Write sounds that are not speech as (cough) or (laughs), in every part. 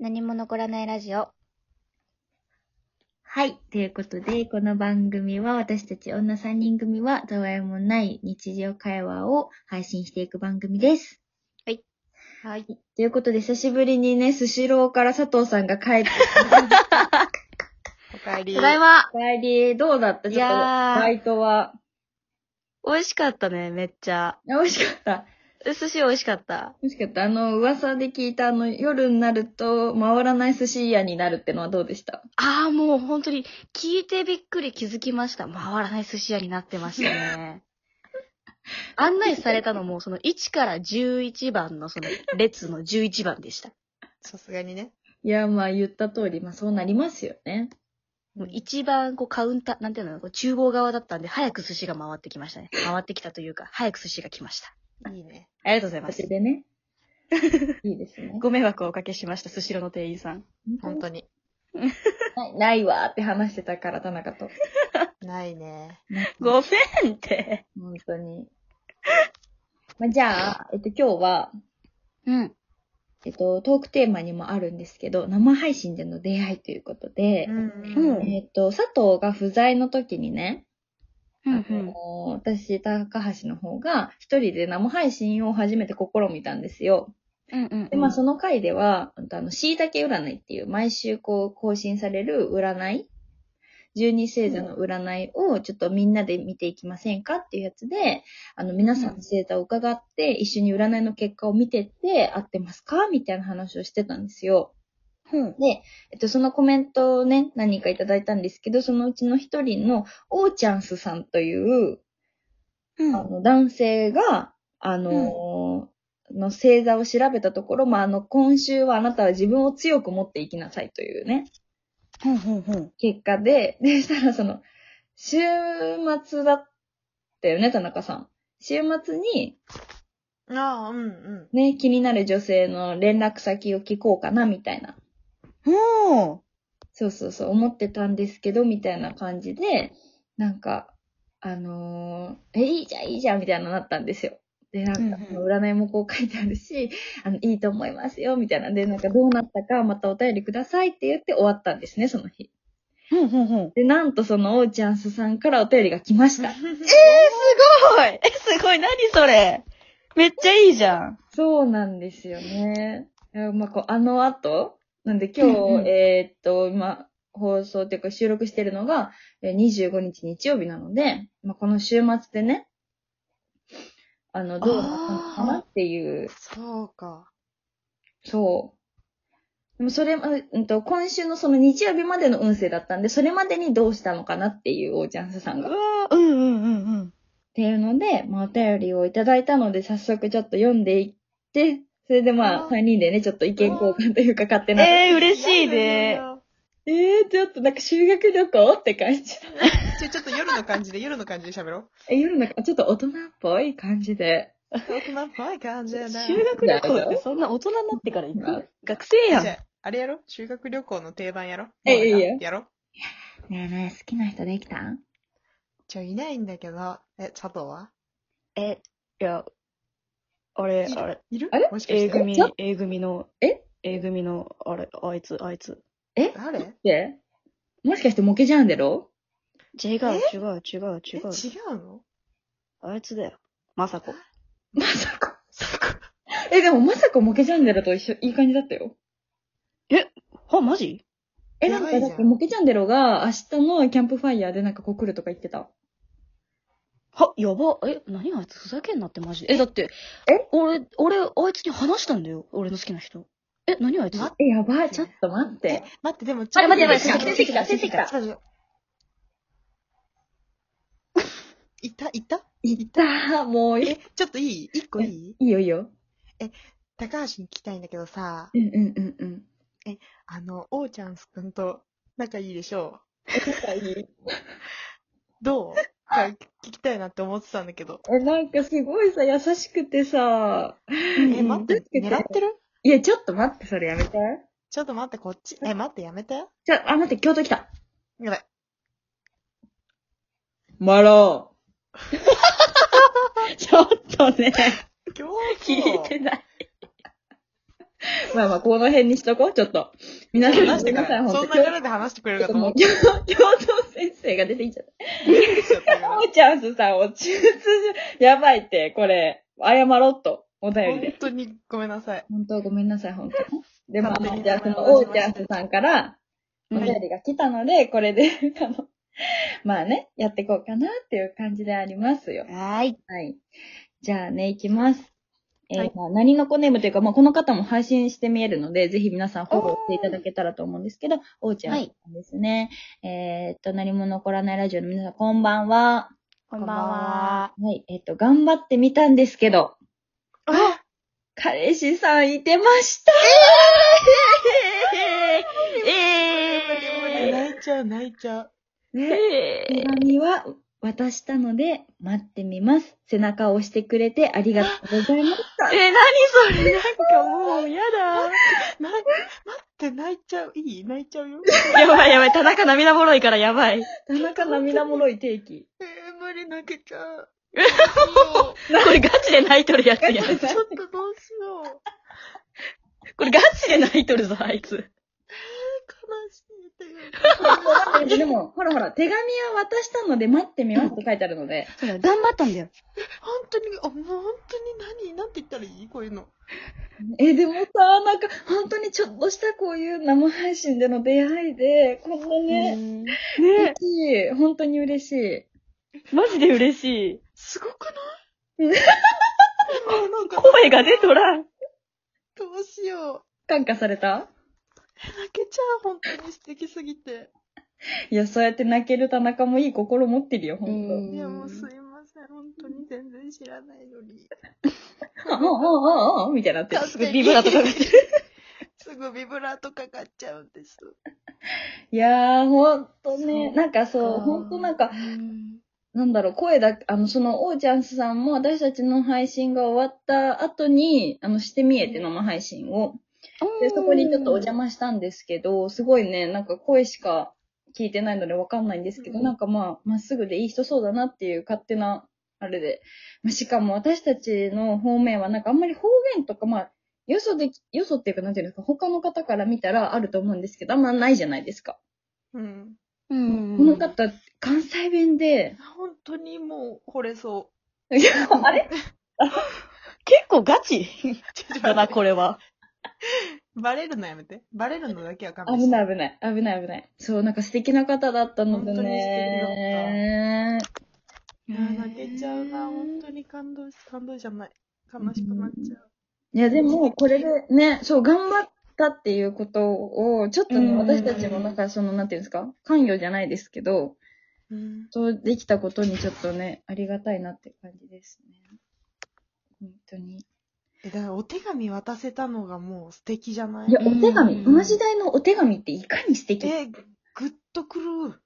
何も残らないラジオ。はい。ということで、この番組は私たち女3人組は、たわいもない日常会話を配信していく番組です。はい。ということで、久しぶりにね、スシローから佐藤さんが帰って、おかえりただいま。ま帰り、どうだったいちょっと、やーバイトは。美味しかったね、めっちゃ。美味しかった。寿司美味しかった。美味しかった。あの、噂で聞いた、あの、夜になると、回らない寿司屋になるってのはどうでしたああ、もう本当に、聞いてびっくり気づきました。回らない寿司屋になってましたね。 (laughs) 案内されたのも、その1から11番のその列の11番でした。さすがにね。いや、まあ、言った通り、まあ、そうなりますよね。もう一番こうカウンター、なんていうの、こう厨房側だったんで、早く寿司が回ってきましたね。回ってきたというか、早く寿司が来ました。いいね。ありがとうございま私す。で (laughs) ね。いいですね。ご迷惑をおかけしました、スシローの店員さん。本当に。ないないわーって話してたから、田中と。ないね。ごめんって。本当に。まあ、じゃあ、えっと、今日は、うん。えっと、トークテーマにもあるんですけど、生配信での出会いということで、うんえっと、佐藤が不在の時にね、うんうあんの。私、高橋の方が、一人で生配信を初めて試みたんですよ。うんうん。で、まあ、その回では、うんとあの、椎茸占いっていう、毎週こう、更新される占い、十二星座の占いをちょっとみんなで見ていきませんかっていうやつで、あの、皆さんの星座を伺って、一緒に占いの結果を見てって、合ってますかみたいな話をしてたんですよ。うん。で、えっと、そのコメントをね、何人かいただいたんですけど、そのうちの一人の、オーチャンスさんという、うんあの、男性が、あのーの星座を調べたところ、まあ、あの、今週はあなたは自分を強く持っていきなさいというね、うんうん結果で、 (laughs) でしたらその、週末だったよね、田中さん。週末に、ああ、うんうん。ね、気になる女性の連絡先を聞こうかな、みたいな。うん。おーそうそうそう、思ってたんですけど、みたいな感じで、なんか、あのーえ、いいじゃん、いいじゃん、みたいなのになったんですよ。で、なんか、うんう占いもこう書いてあるし、 (laughs) あの、いいと思いますよ、みたいな。で、なんかどうなったか、またお便りくださいって言って終わったんですね、その日。うんうんうん。で、なんとその、おーちゃんすさんからお便りが来ました。すごいえ、すごい何それめっちゃいいじゃん。そうなんですよね。いやまあ、こう、あの後、なんでう今日、んうんえーっと、今、放送というか収録してるのが、えー25日日曜日なので、まあ、この週末でね、あの、どうなったのかなっていう、そうか。そう。でもそれ、うんと、今週のその日曜日までの運勢だったんで、それまでにどうしたのかなっていう、おーちゃんさんが。っわうんうんうんうん。ていうので、まあ、お便りをいただいたので、早速ちょっと読んでいって、それでまあ、あー3人でね、ちょっと意見交換というか、勝手な。えー、嬉しいね。ええー、ちょっとなんか修学旅行って感じ。 (laughs) ちょ、ちょっと夜の感じで、夜の感じで喋ろう。え、夜なんかちょっと大人っぽい感じで。大人っぽい感じやな。修学旅行ってそんな大人になってから行く学生やんじ。ゃあ、あれやろ修学旅行の定番やろえいいよやろねえねえ、好きな人できたんちょ、いないんだけど。え、佐藤はえ、いや、あれ、あれ、いるあれもしかし A て。組ちょ、 A 組の、え ?A 組の、あれ、あいつ、あいつ。誰で、もしかしてモケジャンデロ違う、違う、違う、え違違う。うのあいつだよ。まさこ。まさか。え、でもまさかモケジャンデロと一緒、いい感じだったよ。あ、マジえ、なんやばかいじゃだんってモケジャンデロが明日のキャンプファイヤーでなんかこう来るとか言ってた。は、やば。え、何あいつふざけんなってマジで。え、だって、え俺、俺、あいつに話したんだよ。俺の好きな人。え、何あいつまえ、やばい、ちょっと待って。待って、でも、ち待って待って待って出てきた出てきたちょっと待って (laughs) いた、いたいったー、もういえ、ちょっといい一個いいいよいいよ。高橋に聞きたいんだけどさ、うんうんうんうん。あの、おーちゃんすくんと仲いいでしょえ、なんかいいどうか聞きたいなって思ってたんだけど。え、なんかすごいさ、優しくてさ。え、待っ、どうしててた狙ってるいや、ちょっと待って、それやめて。ちょっと待って、こっち。え、待って、やめて。じゃあ、あ、待って、京都来た。やばい。マロ (laughs) ー。ちょっとね、今聞いてない。まあまあ、この辺にしとこう、ちょっと。 (laughs) 皆さん、話して皆かさら。ん、そ本ん当な柄で話してくれるちょっかとと思もっう、教頭先生が出てきちゃった。あおちゃんすさんを中通 (laughs) じ、やばいって、これ、謝ろうと、お便り本で。当にごめんなさい。本当ごめんなさい、本当に。でも、勝手にじゃあ、そ名の、前をお出うしちゃんましたすさんから、お便りが来たので、これで、 (laughs) あの、まあね、やっていこうかなっていう感じでありますよ。はい。はい。じゃあね、いきます。えーはいまあ何の子ネームというか、まあ、この方も配信して見えるので、ぜひ皆さんフォローしていただけたらと思うんですけど、おうちゃんはいさんですね。えーっと、何も残らないラジオの皆さん、こんばんは。ここんばんは。。はい、えーっと、頑張ってみたんですけど、あ彼氏さんいてましたええ泣いちゃう、泣いちゃう。え手紙は渡したので、待ってみます。背中を押してくれてありがとうございました。え、何それなんかもう、やだ。な、待って、泣いちゃう。いい泣いちゃうよ。やばいやばい、田中涙もろいからやばい。こ田中涙もろい定期。えー、無理泣けちゃう。れガチで泣いとるやつやん。ちょっとどうしよう。これガチで泣いとるぞ、あいつ。悲しいっていう。でも、ほらほら、手紙は渡したので待ってみますと書いてあるので、そうだよ、頑張ったんだよ。本当に、あ、もう本当に何なんて言ったらいいこういうの。え、でもさ、なんか、本当にちょっとしたこういう生配信での出会いで、こんなね、うんね嬉しい、本当に嬉しい。え、マジで嬉しい。すごくうなんいあなんか、声が出とらん。どうしよ感化されたう。泣けちゃう。本当に素敵すぎて。いや、そうやって泣ける田中もいい心持ってるよ、本いや、もうすいません。本当に全然知らないのに。当。あ、あ、あ、あ、あ、みたいになってる。すぐビブラとかがてる。すぐビブラートかかっちゃうんです。いやー、ほんとね、そうなんかそう、ほんとなんか、うんなんだろう、声だけ、あの、その、おーちゃんすさんも私たちの配信が終わった後に、あの、してみえって生配信を。で、そこにちょっとお邪魔したんですけど、すごいね、なんか声しか聞いてないのでわかんないんですけど、うんなんかまあ、まっすぐでいい人そうだなっていう勝手な、あれで。まあしかも私たちの方面はなんかあんまり方面とかまあ、よそで、よそっていうかなんていうんですか、他の方から見たらあると思うんですけど、あんまないじゃないですか。うん。うん。この方、関西弁 (laughs) で、本当にもう、惚れそいやあれ結構ガチう。ちょっとだ待な、ってこれは。バレるのやめて。バレるのだけは勘弁危して。ない危ない、危ない危ない。そう、なんか素敵な方だったので本当に素ね。いや、泣けちゃうな。本当に感動し、感動じゃない。悲しくなっちゃう。いや、でも、これでね、そう、頑張ったっていうことを、ちょっとうんうね、んうん私たちも、なんか、その、なんていうんですか、関与じゃないですけど、うん。そうできたことにちょっとね、ありがたいなって感じですね。本当に。え、だからお手紙渡せたのがもう素敵じゃないいや、お手紙、うんこの時代のお手紙っていかに素敵え、ぐっとくる。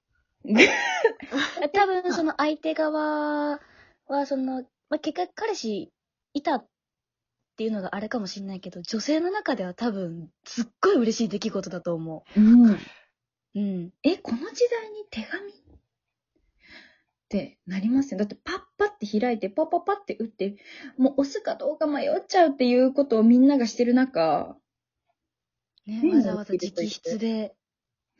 多分、その相手側は、その、まあ、結果彼氏いたっていうのがあれかもしれないけど、女性の中では多分、すっごい嬉しい出来事だと思うん。う。うん。え、この時代に手紙ってなりますね。だってパッパって開いて、パッパッパって打って、もう押すかどうか迷っちゃうっていうことをみんながしてる中、ね、うんわざわざ直筆で。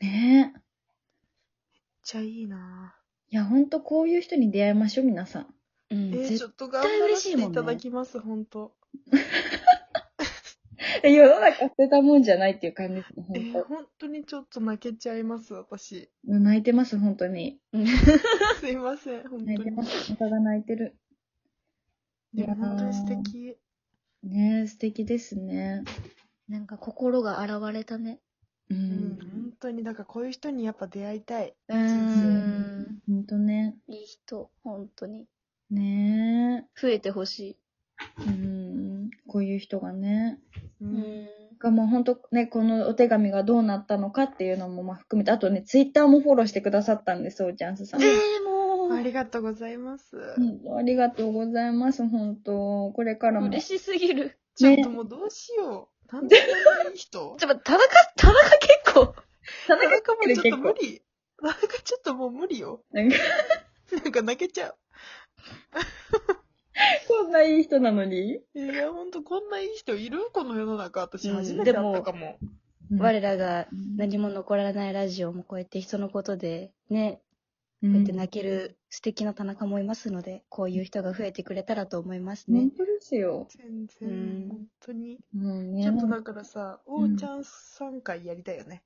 ねえ。めっちゃいいないや、ほんとこういう人に出会いましょう、皆さん。うん。ぁえー、ち絶ょっと頑張らせていただきます、ほんと。 (laughs) 世の中捨てたもんじゃないっていう感じですね、えほー、んほんとにちょっと泣けちゃいます、私。と。泣いてます、ほんとに。すいません、ほんと泣いてにま。 (laughs) す。お互い泣いてる。でも本当に素敵。ねえ、素敵ですね。なんか心が現れたね。う。うんん、本当に、だからこういう人にやっぱ出会いたい。ううんん。ほんとね。いい人、本当に。ね増えてほしえ。うん。こういう人がね。うい。ん。がもうほんとね、このお手紙がどうなったのかっていうのもまあ含めて、あとね、ツイッターもフォローしてくださったんです、おーちゃんすさ (laughs) ん。えー、もあう、りがとうございます。うんありがとうございます、ほんと。これからも。嬉しすぎる。ちょっともうどうしよう。なんでこんないい人ちょ、田中、田中結構。田田中中もちょっと無理。田中ちょっともう無理よ。なんかなんか泣けちゃう。こんないい人なのに。いや、ほんと、こんないい人いるこの世の中。私、うん初めて会ったかも。我らが何何も残らないラジオもこうやって人のことで、ね、もこうやって泣ける素敵な田中もいますので、こういう人が増えてくれたらと思いますね本。当ですよ。全うん然、本当に。もうねちょっともだからさ、おーちゃん3回やりたいよね。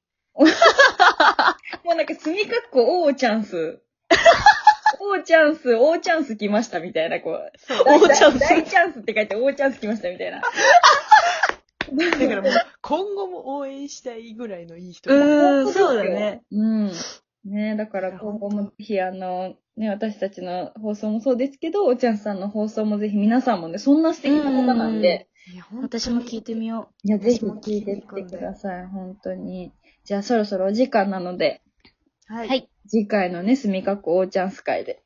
うなんか、すみかっこ、おーチャンス。おーチャンス、おーチャンス来ましたみたいな、こ (laughs) う。そう。おーチャンス大チャンスって書いて、おーチャンス来ましたみたいな。 (laughs) だからもう、今後も応援したいぐらいのいい人。うーん、んそそううだだねね。うん。ねだから今後もぜひあの、ね、私たちの放送もそうですけど、おちゃんさんの放送もぜひ皆さんもね、そんな素敵な方なんで、いや、ほんと私も聞いてみよいや、ぜひ聞いてってください、本当に。じゃあそろそろお時間なので、はう。い。はい。次回のね、すみかっこおーちゃんス会で。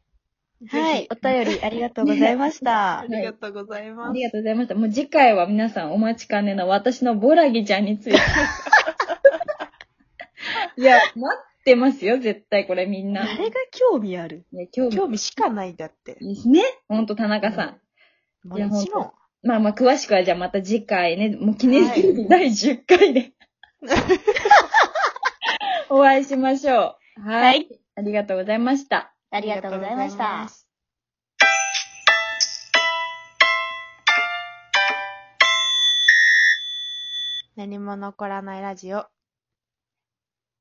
ぜひはい。お便りありがとうございましあ (laughs) た。りがとうございあます。りがとうございました。もう次回は皆さんお待ちかねの私のボラギちゃんについて。いや、待ってますよ、絶対これみんな。い誰が興味あるや、今日興も味しかないだって。いいですね。ほんと田中さん。もいやちろん。まあまあ、詳しくはじゃあまた次回ね、もう記念すべき第10回で、 (laughs) お会いしましょう。はい。はいありがとうございました。ありがとうございましありがとうございたま。す。何も残らないラジオ。